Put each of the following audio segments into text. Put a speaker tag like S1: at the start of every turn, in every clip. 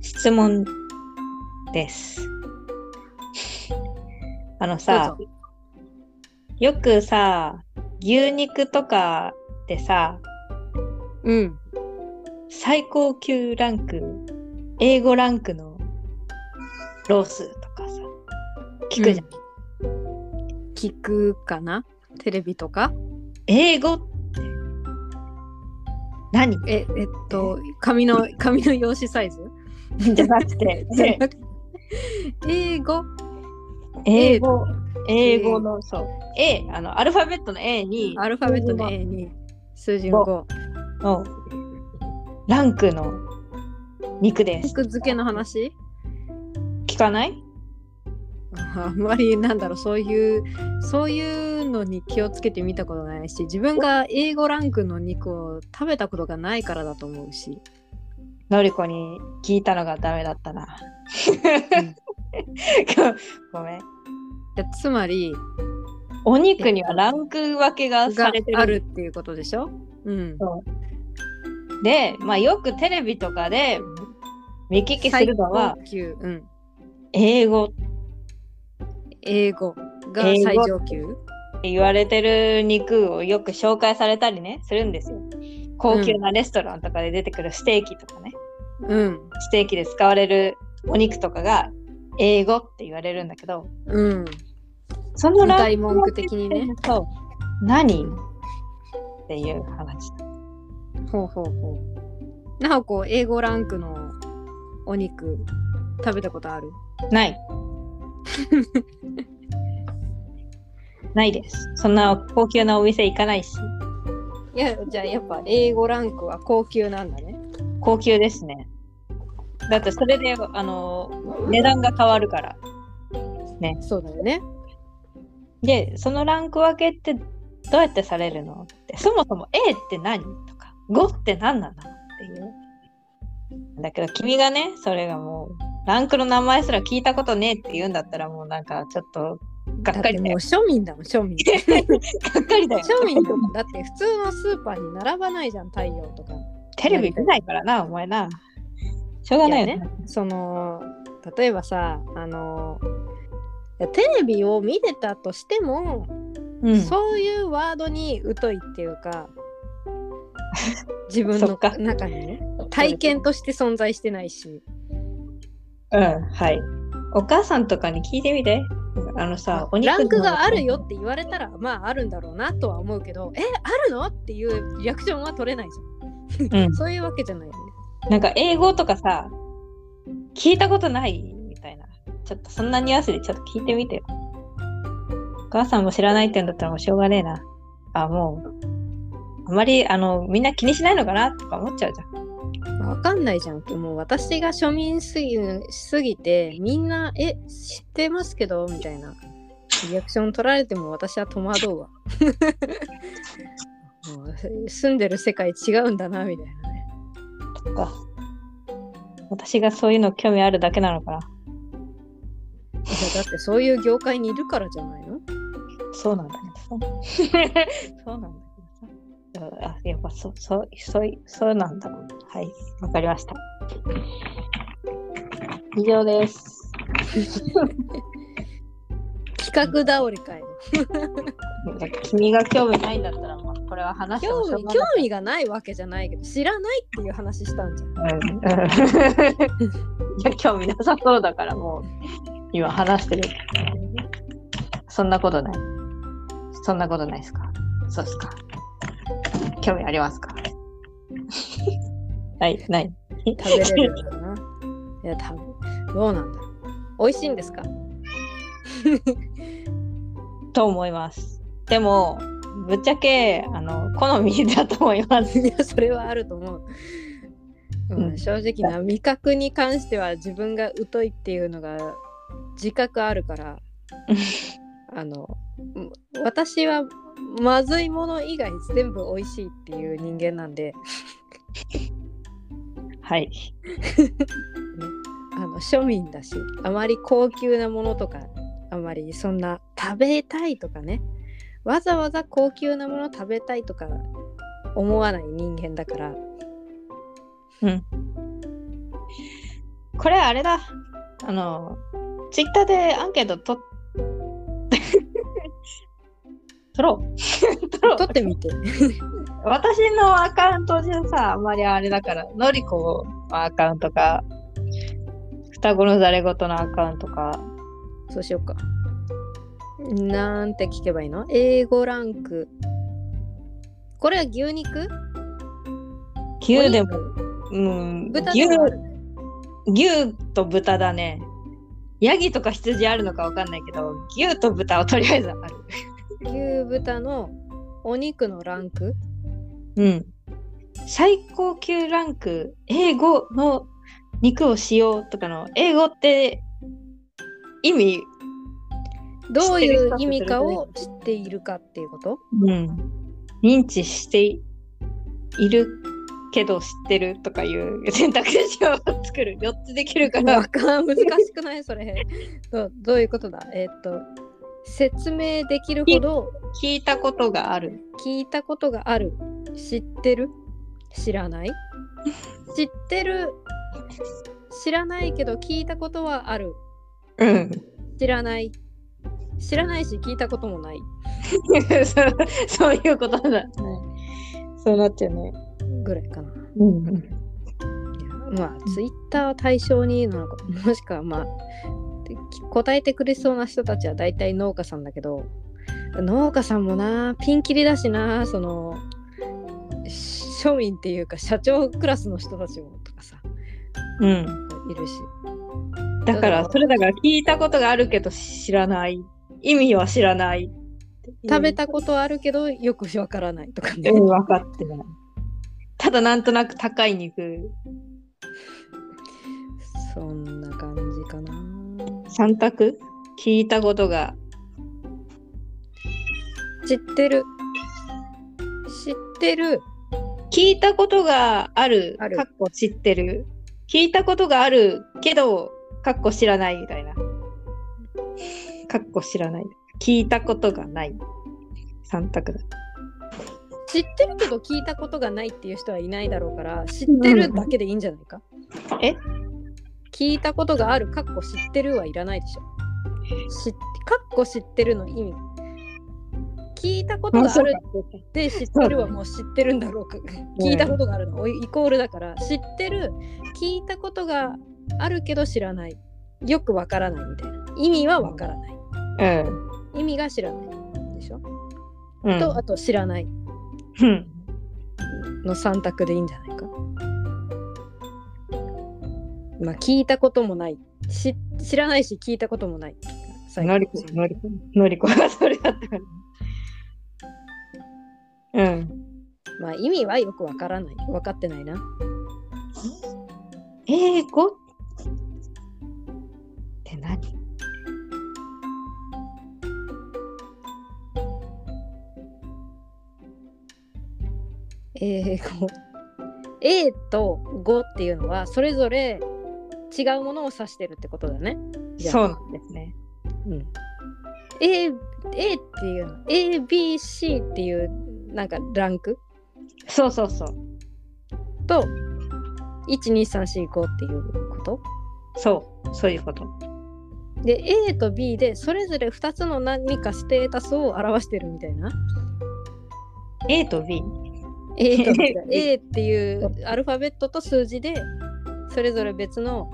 S1: 質問です。 あのさ、
S2: さ
S1: よくさ、牛肉とかでさ、
S2: うん。
S1: 最高級ランク、英語ランクのロースとかさ、聞くじゃん。
S2: 聞くかなテレビとか
S1: 英語って何
S2: え、えっと、紙の、紙の用紙サイズ
S1: じゃなくて、
S2: 英語
S1: 英語、英語の、そう、A、あの、アルファベットの A に、
S2: アルファベットの A に数字の5。
S1: のランクの肉です。
S2: 肉付けの話
S1: 聞かない
S2: あんまりなんだろうそういうそういうのに気をつけてみたことないし自分が英語ランクの肉を食べたことがないからだと思うし
S1: のりこに聞いたのがダメだったな。 ごめん。
S2: いやつまり
S1: お肉にはランク分けがさ
S2: が
S1: れて
S2: あ
S1: る。
S2: るっていうことでしょうん
S1: で、まあ、よくテレビとかで見聞きす
S2: 最
S1: るのは
S2: 高級、うん、
S1: 英語って
S2: 英語が
S1: 英語
S2: 最上級
S1: 言われてる肉をよく紹介されたりねするんですよ。高級なレストランとかで出てくるステーキとかね、
S2: うん
S1: ステーキで使われるお肉とかが英語って言われるんだけど、
S2: うん
S1: そのラ
S2: 歌い文句的にね。
S1: そう。何っていう話。
S2: ほうほうほうなおこう英語ランクのお肉食べたことある
S1: ない。 ないです。そんな高級なお店行かないし、
S2: いやじゃあやっぱ英語ランクは高級なんだね
S1: 高級ですね。だってそれで、あの、値段が変わるから。
S2: そうだよね
S1: で、そのランク分けってどうやってされるのって、そもそも A って何とか、5って何なのっていう。だけど君がね、それがもう、ランクの名前すら聞いたことねえって言うんだったら、もうなんかちょっと、がっ
S2: だ
S1: か
S2: って
S1: りだ
S2: もう
S1: よ。
S2: 庶民だもん庶民
S1: がっかりだよ。
S2: 庶民だもんだって普通のスーパーに並ばないじゃん太陽とか
S1: テレビ見ないからな、お前な。しょうがないよね。
S2: いやその例えばさあのいやテレビを見てたとしても、
S1: うん、
S2: そういうワードに疎いっていうか自分
S1: そ
S2: の
S1: っか
S2: 中にね体験として存在してないし
S1: うん、はい。お母さんとかに聞いてみて。あのさ、お肉
S2: ランク
S1: の
S2: があるよって言われたらまああるんだろうなとは思うけどえあるのっていうリアクションは取れないじゃん、
S1: うん
S2: そういうわけじゃないよね
S1: なんか英語とかさ、聞いたことないみたいな。ちょっとそんなニュアンスでちょっと聞いてみてよ。お母さんも知らないって言うんだったらもうしょうがねえな。あ、もう、あまり、あの、みんな気にしないのかなとか思っちゃうじゃん。
S2: わかんないじゃんもう私が庶民すぎすぎてみんな「え知ってますけど」みたいなリアクション取られても私は戸惑うわ もう住んでる世界違うんだなみたいなね
S1: とか。私がそういうの興味あるだけなのかな。
S2: いやだってそういう業界にいるからじゃないの
S1: そうなんだ けどさ。そうなんだけどさ。あ、やっぱそ、そう、そうい、そうなんだ。はい、わかりました。以上です。
S2: 企画倒れかよ
S1: 君が興味ないんだったら、もうこれは話しても
S2: 興
S1: しょう
S2: 味
S1: が
S2: 興
S1: ない。
S2: 味がないわけじゃないけど知らないっていう話したんじゃん
S1: うん うんいや興味なさそうだから、もう、今話してる。そんなことない。そんなことないですかそうですか。興味あります かはい、ない。
S2: 食べれるんだ ないや多分どうなんだろう美味しいんですか
S1: と思います。でも、ぶっちゃけ、あの、好みだと思います。
S2: いやそれはあると思う。うん
S1: うん
S2: 正直な味覚に関しては自分が疎いっていうのが自覚あるから
S1: うん
S2: あのうん私はまずいもの以外全部美味しいっていう人間なんで
S1: はい。
S2: あの庶民だしあまり高級なものとかあまりそんな食べたいとかねわざわざ高級なもの食べたいとか思わない人間だから
S1: うん。これあれだ。あの、ツイッターでアンケートと 取ろう。 取ろう
S2: 撮ってみて。
S1: 私のアカウントじゃさ、あんまりあれだから、のりこのアカウントか、双子のざれ言のアカウントか、
S2: そうしようか。なんて聞けばいいの英語ランク。これは牛肉
S1: 牛でも、
S2: お肉
S1: うん、
S2: 豚
S1: 牛
S2: でもある
S1: 牛と豚だね。ヤギとか羊あるのかわかんないけど、牛と豚はとりあえずある。
S2: 牛豚のお肉のランク
S1: うん。最高級ランク、英語の肉を使用とかの、英語って意味、
S2: どういう意味かを知っているかっていうこと
S1: うん、認知しているけど知ってるとかいう 選択肢を作る。4つできるか
S2: わ
S1: ら。
S2: かん 難しくないそれどう。どういうことだえーっと、説明できるほど
S1: 聞いたことがある。
S2: 聞いたことがある。知ってる知らない知ってる知らないけど聞いたことはある。
S1: うん。
S2: 知らない知らないし聞いたこともない
S1: そうそういうことだ。そうなっちゃうね。
S2: ぐらいかな。
S1: うん。
S2: いやまあツイッターは対象になのか もしくはまあでき答えてくれそうな人たちは大体農家さんだけど農家さんもなピンキリだしなそのし庶民っていうか社長クラスの人たちもとかさ
S1: うん。
S2: いるし
S1: だから、それだから聞いたことがあるけど知らない。意味は知らない。
S2: 食べたことあるけどよくわからないとかね
S1: え、分かってない。ただなんとなく高い肉。
S2: そんな感じかな
S1: 三択聞いたことが。
S2: 知ってる知ってる
S1: 聞いたことがある。
S2: ある
S1: かっこ知ってる。聞いたことがあるけど、かっこ知らないみたいな。かっこ知らない。聞いたことがない。三択だ。
S2: 知ってるけど聞いたことがないっていう人はいないだろうから知ってるだけでいいんじゃないか、
S1: え
S2: 聞いたことがあるかっこ知ってるはいらないでしょ知っかっこ知ってるの意味聞いたことがあるって知ってるはもう知ってるんだろうか聞いたことがあるのイコールだから知ってる聞いたことがあるけど知らないよくわからないみたいな意味はわからない
S1: うん。
S2: 意味が知らないでしょ、
S1: うん
S2: とあと知らない
S1: うん。
S2: の3択でいいんじゃないかまあ聞いたこともないし知らないし聞いたこともない最後
S1: のりこ、のりこ、のりこがそれだったから。うん。
S2: まあ意味はよくわからない分かってないな
S1: 英語って何
S2: 英語 A と語っていうのはそれぞれ違うものを指してるってことだねじゃあ
S1: そうなんですね。
S2: うん、A, A っていうの ABC っていうなんかランク
S1: そうそうそう。
S2: と12345っていうこと
S1: そう。そういうこと。
S2: で A と B でそれぞれ2つの何かステータスを表してるみたいな
S1: A と B。
S2: A, と B だ
S1: A
S2: A っていうアルファベットと数字でそれぞれ別の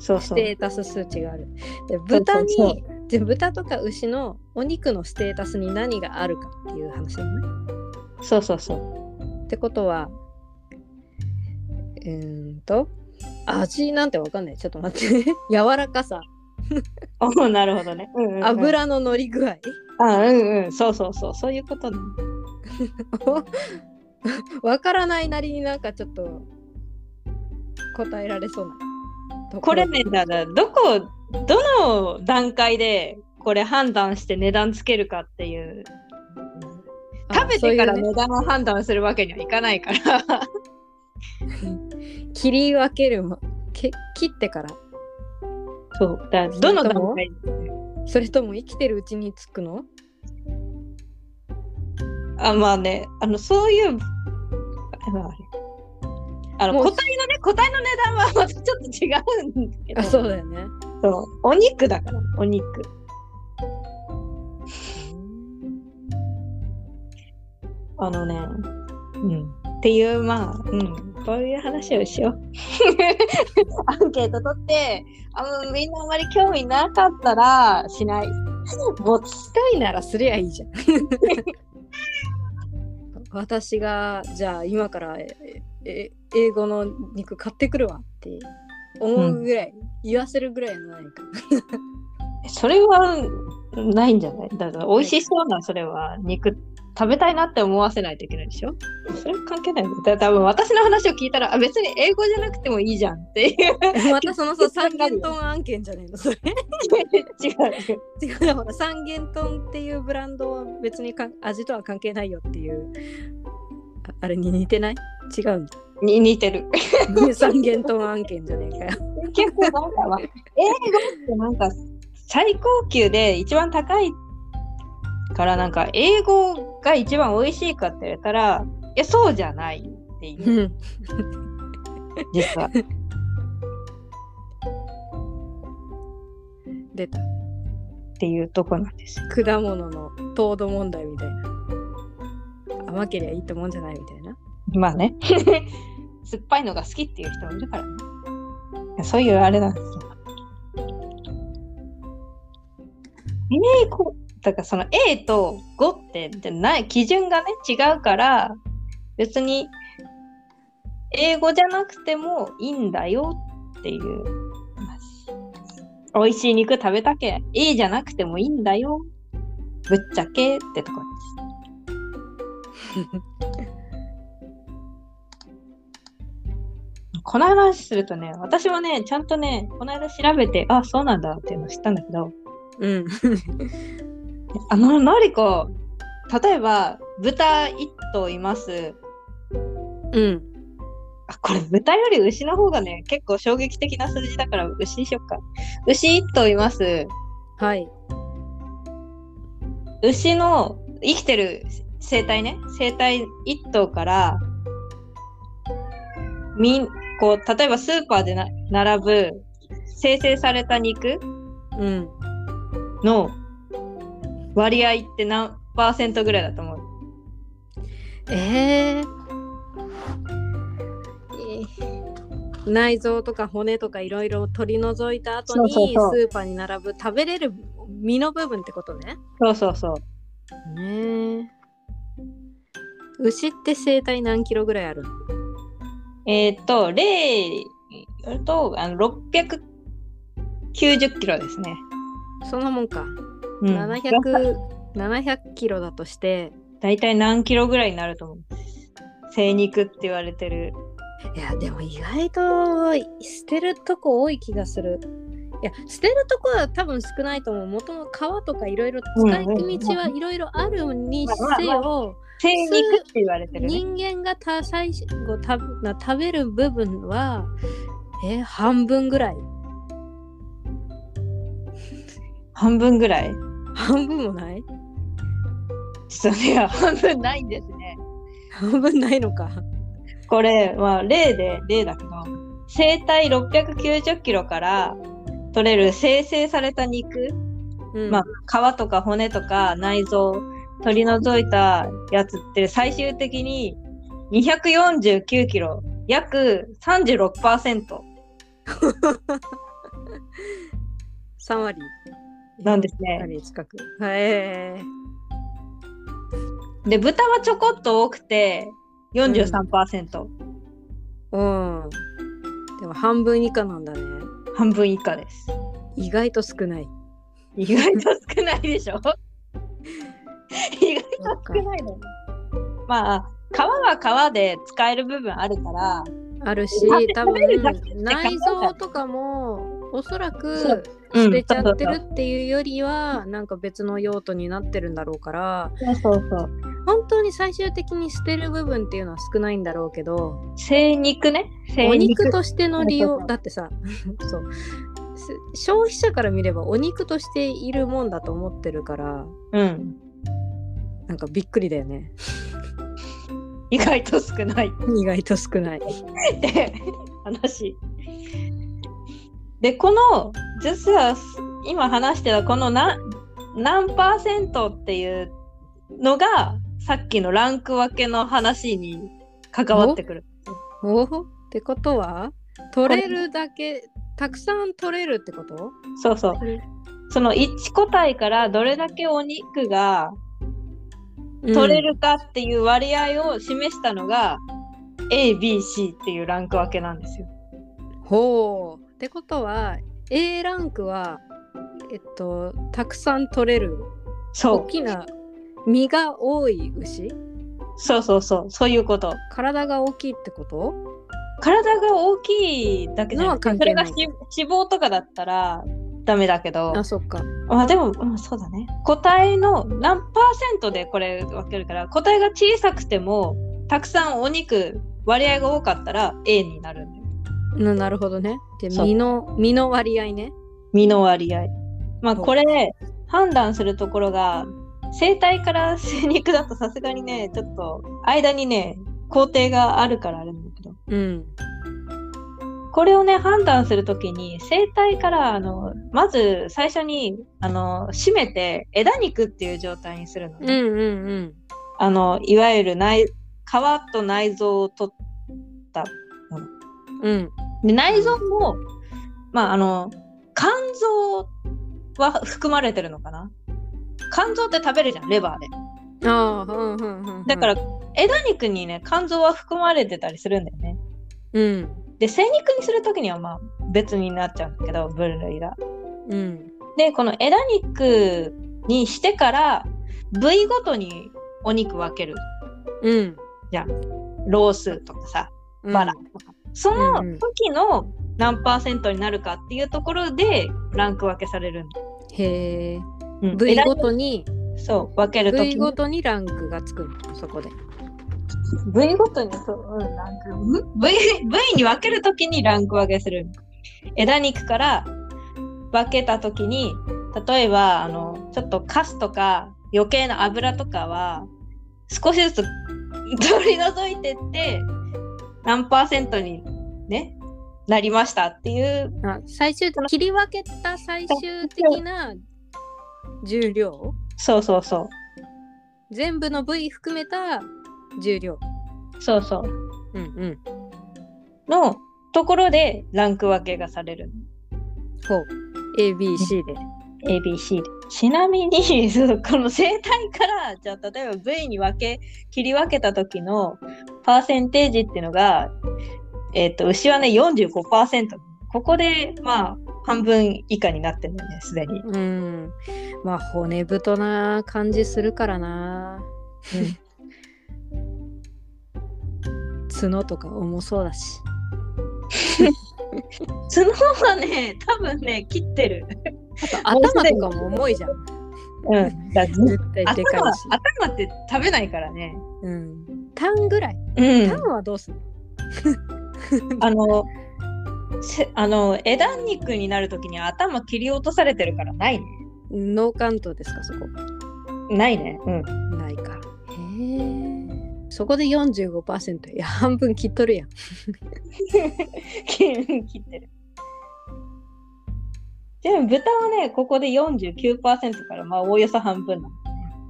S1: そう
S2: ス
S1: そう。
S2: テータス数値があるで
S1: そう
S2: 豚に
S1: そう
S2: で豚とか牛のお肉のステータスに何があるかっていう話だね
S1: そうそうそう。
S2: ってことはうーんと味なんてわかんないちょっと待って ね柔らかさ
S1: おーなるほどね。うんうんうん。
S2: 油の乗り具合
S1: あ、うんうん。そうそうそう。そういうことね。
S2: わからないなりになんかちょっと答えられそうなと
S1: これ
S2: ろ
S1: ね、だから、どこ、どの段階でこれ判断して値段つけるかっていう
S2: あ
S1: 食べてから
S2: そういう
S1: 値段を判断するわけにはいかないから。
S2: ね切り分けるもけ切ってから
S1: そう。だからどの段階
S2: それとも生きてるうちにつくの
S1: あ、まあね、あの、そういう、ああれあの
S2: もう
S1: 個体のね個体の値段はまたちょっと違うんだけど
S2: あそうだよね。
S1: そうお肉だからお肉あのねうんっていうまあうんこういう話をしよう アンケート取ってあんみんなあまり興味なかったらし ないボツ
S2: したいならすりゃい いじゃん。私がじゃあ今からええ英語の肉買ってくるわって思うぐらい、言わせるぐらいの何か。
S1: それはないんじゃないだから美味しそうなそれは肉食べたいなって思わせないといけないでしょそれは関係ないよだ多分私の話を聞いたらあ別に英語じゃなくてもいいじゃんっていう
S2: またそのさ三元豚案件じゃねえのそれ。
S1: 違う
S2: 違うだから三元豚っていうブランドは別にかん味とは関係ないよっていうああれに似てない違う んだ
S1: に似てる
S2: 三元豚案件じゃねえかよ。
S1: 結構なんか、まあ 英語ってなんか最高級で一番高いからなんか英語が一番美味しいかって言われたらいやそうじゃないっていう
S2: うん
S1: 実は
S2: 出た
S1: っていうとこなんですよ
S2: 果物の糖度問題みたいな甘けりゃいいってもんじゃないみたいな
S1: まあね。 酸っぱいのが好きっていう人もいるからね。いやそういうあれなんですよ。英語、だからその A と5ってじゃない基準がね違うから、別に英語じゃなくてもいいんだよっていう話。美味しい肉食べたけ、A じゃなくてもいいんだよ。ぶっちゃけってとこです。この話するとね、私もね、ちゃんとね、この間調べて、あ、そうなんだっていうのを知ったんだけど、
S2: うん
S1: あの、のりこ、例えば、豚1頭います。
S2: うん
S1: あ、これ豚より牛の方がね、結構衝撃的な数字だから、牛にしよっか。牛1頭います。
S2: はい
S1: 牛の生きてる生態ね、生態1頭から、みん、こう、例えばスーパーでな並ぶ、生成された肉
S2: うん
S1: の割合って何パーセントぐらいだと思う
S2: えーえー内臓とか骨とかいろいろ取り除いた後に
S1: そうそうそう
S2: スーパーに並ぶ食べれる身の部分ってことね。
S1: そうそうそう。
S2: ね牛って生体何キロぐらいあるの
S1: えーっと、例やるとあの690キロですね。
S2: そんなもんか。
S1: うん
S2: 700 700キロだとして
S1: 大体何キロぐらいになると思う精肉って言われてる。
S2: いやでも意外と捨てるとこ多い気がするいや捨てるとこは多分少ないと思う元の皮とかいろいろ使い道はいろいろあるにせよ
S1: 精肉って言われてるね。
S2: 人間がた最後たな食べる部分はえ半分ぐらい
S1: 半分ぐらい
S2: 半分もない
S1: それは半分ないんですね。
S2: 半分ないのか
S1: これは例で、例だけど、生体690キロから取れる生成された肉
S2: うん
S1: まあ、皮とか骨とか内臓取り除いたやつって最終的に249キロ約36%
S2: 3割
S1: なんです
S2: 3
S1: ね。
S2: 割近くへえ
S1: で豚はちょこっと多くて43%、
S2: うんでも半分以下なんだね
S1: 半分以下 です。
S2: 意外と少ない
S1: 意外と少ないで しょ意外と
S2: なんか
S1: 少ないの。まあ皮は皮で使える部分あるから
S2: あるし
S1: だって
S2: 多
S1: 食べるだけって考え
S2: 分内臓とかもおそら
S1: そ
S2: く
S1: う
S2: 捨てちゃって
S1: う
S2: るっていうよりはなんか別の用途になってるんだろうから
S1: そうそうそう
S2: 本当に最終的に捨てる部分っていうのは少ないんだろうけど
S1: 精肉ね精
S2: お肉としての利
S1: そうそうそ
S2: 用
S1: う
S2: だってさ そうす消費者から見ればお肉としているもんだと思ってるから
S1: うん
S2: なんかびっくりだよね。
S1: 意外と少ないっ
S2: 意外と少ない。
S1: て 話。でこの実は今話してたこのな何パーセントっていうのがさっきのランク分けの話に関わってくる。
S2: おおってことは取れるだけたくさん取れるってこと
S1: そうそう
S2: うん。
S1: その1個体からどれだけお肉が取れるかっていう割合を示したのが、ABC っていうランク分けなんですよ。
S2: うんほうってことは A ランクはえっとたくさん取れる
S1: そ
S2: 大
S1: う
S2: きな身が多い牛
S1: そうそうそうそういうこと。
S2: 体が大きいってこと
S1: 体が大きいだけじゃなくて
S2: のは関
S1: そ
S2: 係
S1: れ
S2: な
S1: が
S2: い
S1: 脂脂肪とかだったらダメだけど
S2: あそっか
S1: まあでも、うん、そうだね個体の何パーセントでこれ分けるから個体が小さくてもたくさんお肉割合が多かったら A になるんだよ
S2: ななるほどねで
S1: そう
S2: 身の身の割合ね
S1: 身の割合。まあ
S2: そう
S1: これ判断するところが生体から生肉だとさすがにねちょっと間にね工程があるからあれなんだけど
S2: うん
S1: これをね判断するときに生体からあのまず最初にあの締めて枝肉っていう状態にするの、
S2: うん
S1: ね
S2: うんうん
S1: あのいわゆる内皮と内臓を取った
S2: うん
S1: で内臓もまああの肝臓は含まれてるのかな肝臓って食べるじゃんレバーで
S2: ああうんうんうんうん
S1: だから枝肉にね肝臓は含まれてたりするんだよね
S2: うん
S1: で精肉にする時にはまあ別になっちゃうんだけど分類が
S2: うん
S1: でこの枝肉にしてから部位ごとにお肉分ける
S2: うん
S1: ロースとかさ
S2: うん
S1: バラとか、その
S2: うんうん
S1: 時の何パーセントになるかっていうところでランク分けされるんだ、
S2: へえ
S1: うん
S2: 部位
S1: 枝
S2: ご
S1: 肉
S2: とに
S1: そう分ける
S2: 部
S1: 時
S2: 位
S1: に
S2: ごとにランクがつくのそこで
S1: 部位ごとにそう、うん、ランク部位部位に分けるときにランク分けする枝肉から分けたときに例えばあのちょっとカスとか余計な油とかは少しずつ取り除いてって何パーセントにねなりましたっていう
S2: あ最終切り分けた最終的な重量
S1: そうそうそ
S2: 全部の部位含めた重量
S1: うそうそう
S2: うんうん
S1: のところでランク分けがされる
S2: ほう ABC で
S1: ABC ちなみに そうこの生体からじゃあ例えば部位に分け切り分けた時のパーセンテージっていうのが、えっと牛はね45%ここでまあ半分以下になってるんだよねすでに、
S2: うんまあ骨太な感じするからな角とか重そうだし
S1: 角はね多分ね切ってる、
S2: あと頭とかも重いじゃん
S1: うん、だ
S2: 絶対でか
S1: 頭
S2: いし、
S1: 頭って食べないからね
S2: うん、タンぐらい
S1: うん
S2: タンはどうする
S1: あのせあの枝肉になる時に頭切り落とされてるからないね
S2: ノーカウントですかそこ
S1: ないねうん
S2: ないかへえそこで45%いや半分切っとるやん
S1: 切ってる。でも豚はね、ここで49%から、まあおおよそ半分なの。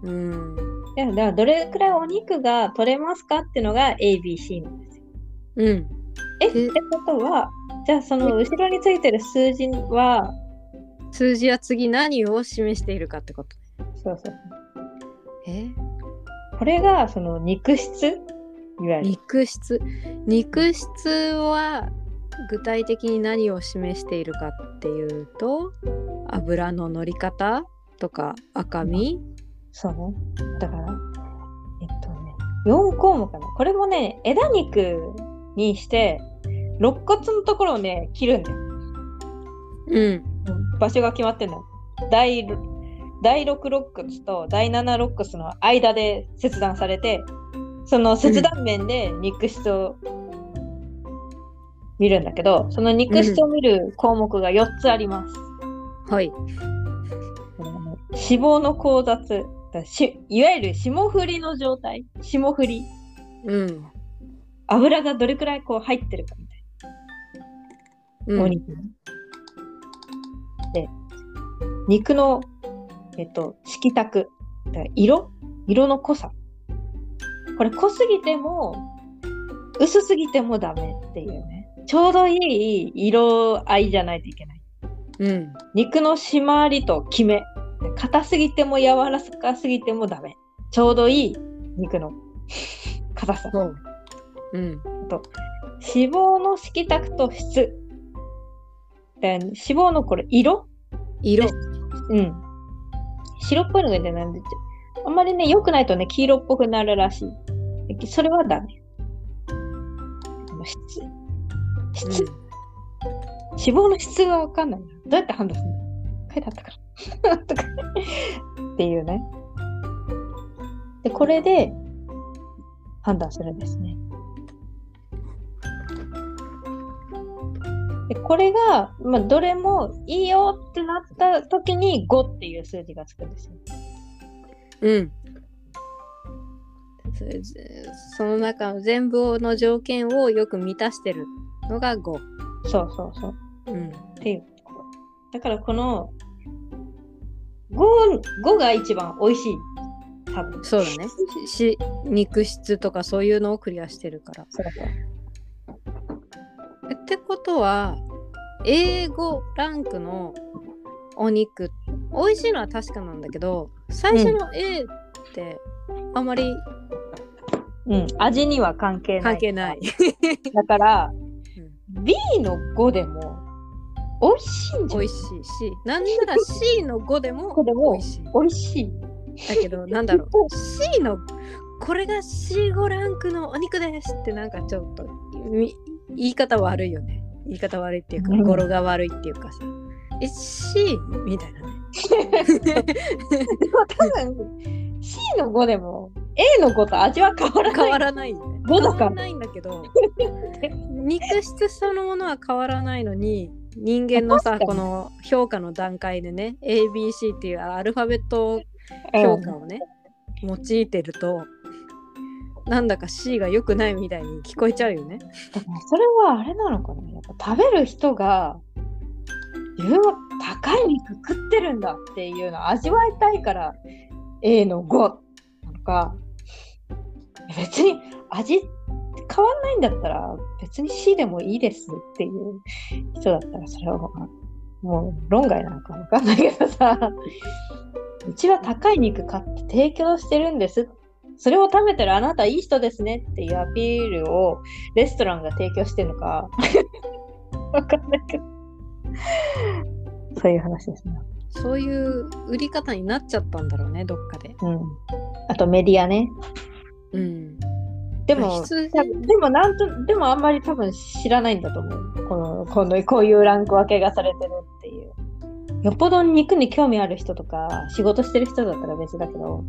S2: うん
S1: でもだからどれくらいお肉が取れますかっていうのが ABC なんですよ。
S2: うん
S1: えっ
S2: え
S1: てことは、じゃあその後ろについてる数字は、
S2: 数字は次何を示しているかってこと
S1: そうそう。
S2: え
S1: これがその肉質いわゆる。
S2: 肉質肉質は具体的に何を示しているかっていうと油の乗り方とか赤身
S1: そうね。だから、えっとね、4項目かな。これもね、枝肉にして、肋骨のところをね、切るんだよ。
S2: うん
S1: 場所が決まってんの第ろ第6ロックスと第7ロックスの間で切断されてその切断面で肉質を見るんだけど、その肉質を見る項目が4つあります、
S2: はい
S1: 脂肪の交雑だしいわゆる霜降りの状態霜降り
S2: うん。
S1: 油がどれくらいこう入ってるかみたいな、
S2: う
S1: お
S2: ん。
S1: 肉にで肉のえっと色沢だから色色の濃さこれ濃すぎても薄すぎてもダメっていうねちょうどいい色合いじゃないといけない
S2: うん。
S1: 肉の締まりとキメ硬すぎても柔らかすぎてもダメちょうどいい肉の硬さ
S2: そう。うん。
S1: 脂肪の色沢と質で脂肪のこれ色
S2: 色。
S1: うん白っぽいのが出ないんであんまりね良くないとね黄色っぽくなるらしいでそれはダメ質質、脂肪の質が分かんないなどうやって判断するの書いてあったから とかっていうねでこれで判断するんですねでこれが、まあ、どれもいいよってなった時に5っていう数字がつくんですよ
S2: うん。それぜその中の全部の条件をよく満たしてるのが5。
S1: そうそうそう
S2: うん。
S1: っていうところだからこの 5, 5が一番美味しい多分
S2: そうだね。しし肉質とかそういうのをクリアしてるから。
S1: そうそう
S2: えってことは A5 ランクのお肉美味しいのは確かなんだけど最初の A ってあまり
S1: うん、味には関係ない。
S2: 関係ない。。
S1: だから、
S2: う
S1: B の5でも美味しいんじゃない
S2: 美味しいしなんなら C の5でも
S1: 5でも
S2: 美味しい。
S1: 美味しい。
S2: だけどなんだろう C のこれが C5 ランクのお肉ですってなんかちょっとみ言い方悪いよね言い方悪いっていうか
S1: うん
S2: 語呂が悪いっていうかさえ C みたいなね
S1: でも多分 C の5でも A の5と味は変わらない。
S2: 変わらないよね
S1: 5
S2: 変
S1: だ
S2: わ
S1: から
S2: らないんだけど肉質そのものは変わらないのに人間のさ
S1: 確かに
S2: この評価の段階でね ABC っていうアルファベット
S1: う
S2: 評
S1: ん
S2: 価をね、用いてるとなんだか C が良くないみたいに聞こえちゃうよね。
S1: だからそれはあれなのかなやっぱ食べる人が自分は高い肉食ってるんだっていうのを味わいたいから A の5なのか別に味変わんないんだったら別に C でもいいですっていう人だったらそれはもう論外なのかわかんないけどさうちは高い肉買って提供してるんですそれを食べてるあなたいい人ですねっていうアピールをレストランが提供してるのか わかんないけどそういう話ですね
S2: そういう売り方になっちゃったんだろうねどっかで。
S1: うんあとメディアね
S2: うん、
S1: で
S2: まあ
S1: も
S2: 必
S1: た
S2: 然
S1: でもなんとでもあんまり多分知らないんだと思うこのこのこういうランク分けがされてるっていうよっぽど肉に興味ある人とか仕事してる人だったら別だけど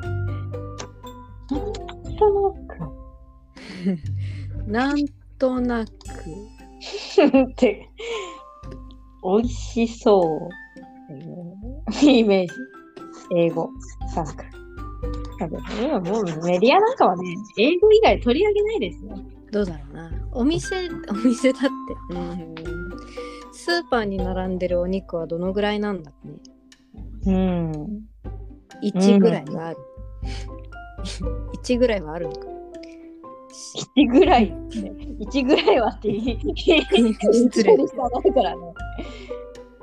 S1: なんとな
S2: なんとなく
S1: くって美味しそうっていうイメージ英語ランク多分今もうメディアなんかはね英語以外取り上げないですよ
S2: どうだろうなお店 お店だって、うん、スーパーに並んでるお肉はどのぐらいなんだってね
S1: うん
S2: 1ぐらいはある、1ぐらいはあるの か
S1: 1ぐらいって、1ぐらいはって言い
S2: 失礼
S1: しかないからね。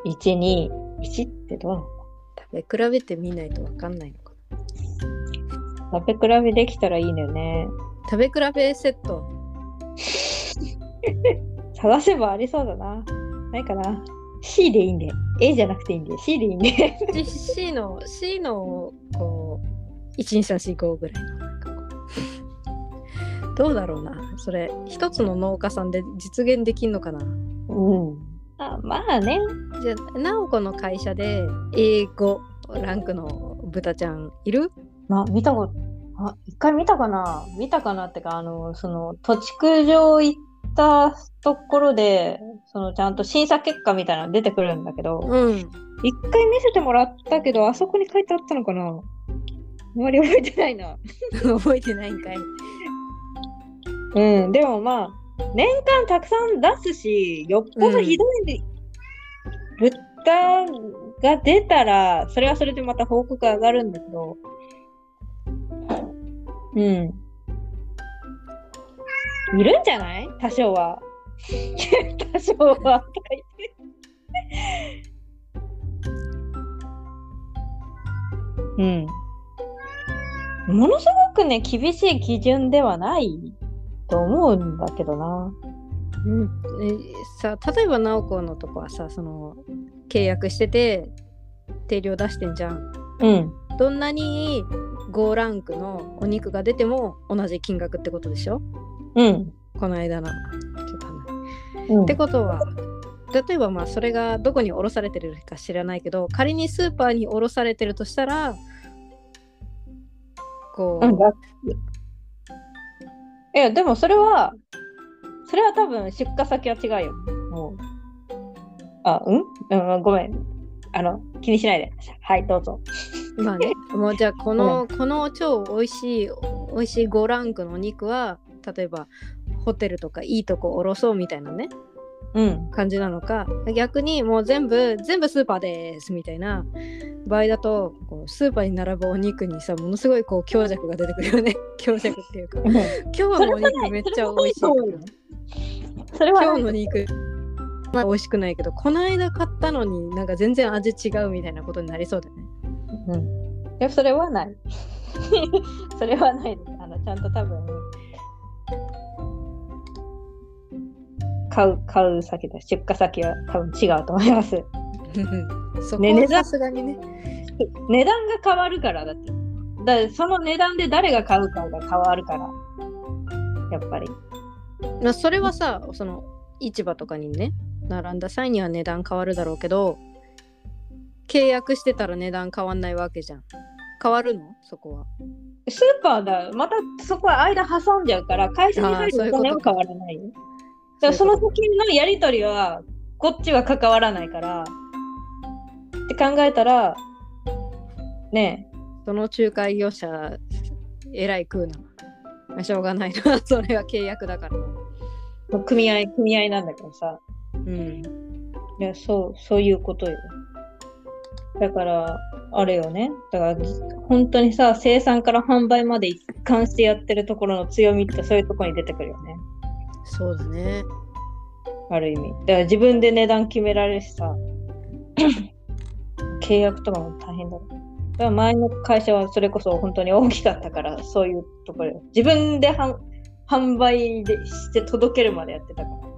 S1: 1、2、1ってどうなの
S2: 食べ比べてみないと分かんないのか
S1: 食べ比べできたらいいのよね。
S2: な食べ比べセット
S1: 探せばありそうだな。ないかな。C でいいんで。A じゃなくていいんで。C でいいんで。
S2: で C の C のこう12345ぐらいのなんかこうどうだろうなそれ一つの農家さんで実現できんのかな
S1: うん。あまあね。
S2: じゃあ直子の会社で英語ランクの豚ちゃんいる
S1: まあ、見たこと、あ、一回見たかな見たかなってか、あの、その、土地区上行ったところで、その、ちゃんと審査結果みたいなの出てくるんだけど、
S2: うん
S1: 一回見せてもらったけど、あそこに書いてあったのかなあまり覚えてないな。
S2: 覚えてないんかい
S1: うん、でもまあ、年間たくさん出すし、よっぽどひどい、物価が出たら、それはそれでまた報告上がるんだけど、うん。いるんじゃない多少は。 多少は。 とか言ってうん。ものすごくね、厳しい基準ではないと思うんだけどな。
S2: うん、えさ例えば直子のとこはさその契約してて定量出してんじゃん
S1: うん。
S2: どんなに5ランクのお肉が出ても同じ金額ってことでしょ
S1: うん。
S2: この間のちょっと話
S1: うん
S2: ってことは例えばまあそれがどこに卸されてるか知らないけど仮にスーパーに卸されてるとしたらこう、
S1: うん、だいや、でもそれは、それは多分出荷先は違うよ。もう。あ、うん、うん、ごめん。あの、気にしないで。はい、どうぞ。
S2: まあね、もうじゃあこの、この超美味しい美味しい5ランクのお肉は例えばホテルとかいいとこおろそうみたいなね
S1: うん。
S2: 感じなのか逆にもう全部全部スーパーですみたいな場合だとこうスーパーに並ぶお肉にさものすごいこう強弱が出てくるよね 強弱っていうか今日はもうお肉めっちゃ 美味しい
S1: それはないそれは
S2: 今日の肉まあ美味しくないけどこの間買ったのになんか全然味違うみたいなことになりそうだ よね
S1: うん、いやそれはない それはないですあのちゃんと多分買う買う先だ出荷先は多分違うと思います
S2: そこ
S1: ね
S2: は
S1: 値段
S2: さすがにね
S1: 値段が変わるからだってだその値段で誰が買うかが変わるからやっぱり
S2: まあそれはさその市場とかにね並んだ際には値段変わるだろうけど契約してたら値段変わんないわけじゃん変わるのそこは
S1: スーパーだまたそこは間挟んじゃうから会社に入
S2: あーそうい
S1: る
S2: う
S1: お
S2: こと
S1: 金は変わらないよだからその
S2: そういうこ
S1: 時のやり取りはこっちは関わらないからって考えたらね
S2: とその仲介業者えらい食うなまあしょうがないなそれは契約だから
S1: え組合組合なんだけどさ
S2: うん
S1: いやそうそういうことよだからあれよねだから本当にさ生産から販売まで一貫してやってるところの強みってそういうところに出てくるよね
S2: そうだね
S1: ある意味だから自分で値段決められるしさ契約とかも大変だろだから前の会社はそれこそ本当に大きかったからそういうところよ自分で販販売でして届けるまでやってたから